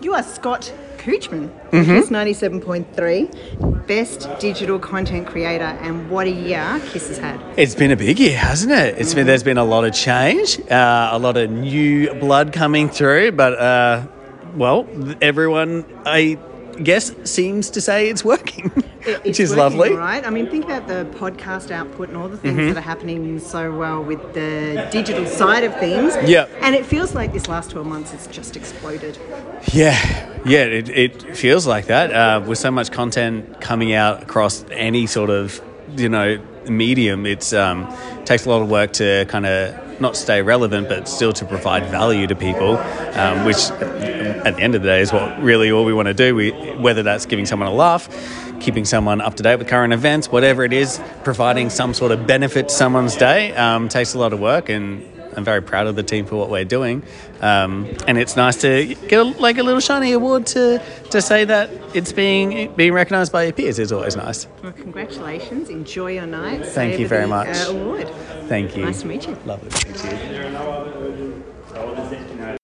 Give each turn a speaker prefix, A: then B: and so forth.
A: You are Scott Coochman.
B: Mm-hmm.
A: Kiss 97.3, best digital content creator, and what a year Kiss has had.
B: It's been a big year, hasn't it? It's been there's been a lot of change, uh, a lot of new blood coming through, but uh, well, th- everyone I guess seems to say it's working,
A: It-
B: which
A: it's
B: is
A: working,
B: lovely. Mm-hmm.
A: Right? I mean, think about the podcast output and all the things that are happening so well with the digital side of things.
B: Yep.
A: And it feels like this last 12 months it's just exploded.
B: Yeah, yeah, it, it feels like that uh, with so much content coming out across any sort of you know medium. It's um, takes a lot of work to kind of not stay relevant, but still to provide value to people, um, which at the end of the day is what really all we want to do. We, whether that's giving someone a laugh, keeping someone up to date with current events, whatever it is, providing some sort of benefit to someone's day um, takes a lot of work and. I'm very proud of the team for what we're doing, um, and it's nice to get a, like a little shiny award to to say that it's being being recognised by your peers is always nice.
A: Well, congratulations. Enjoy your night.
B: Thank you
A: Savour
B: very
A: the,
B: much.
A: Uh, award.
B: Thank you.
A: Nice to meet you.
B: Lovely. Thank you.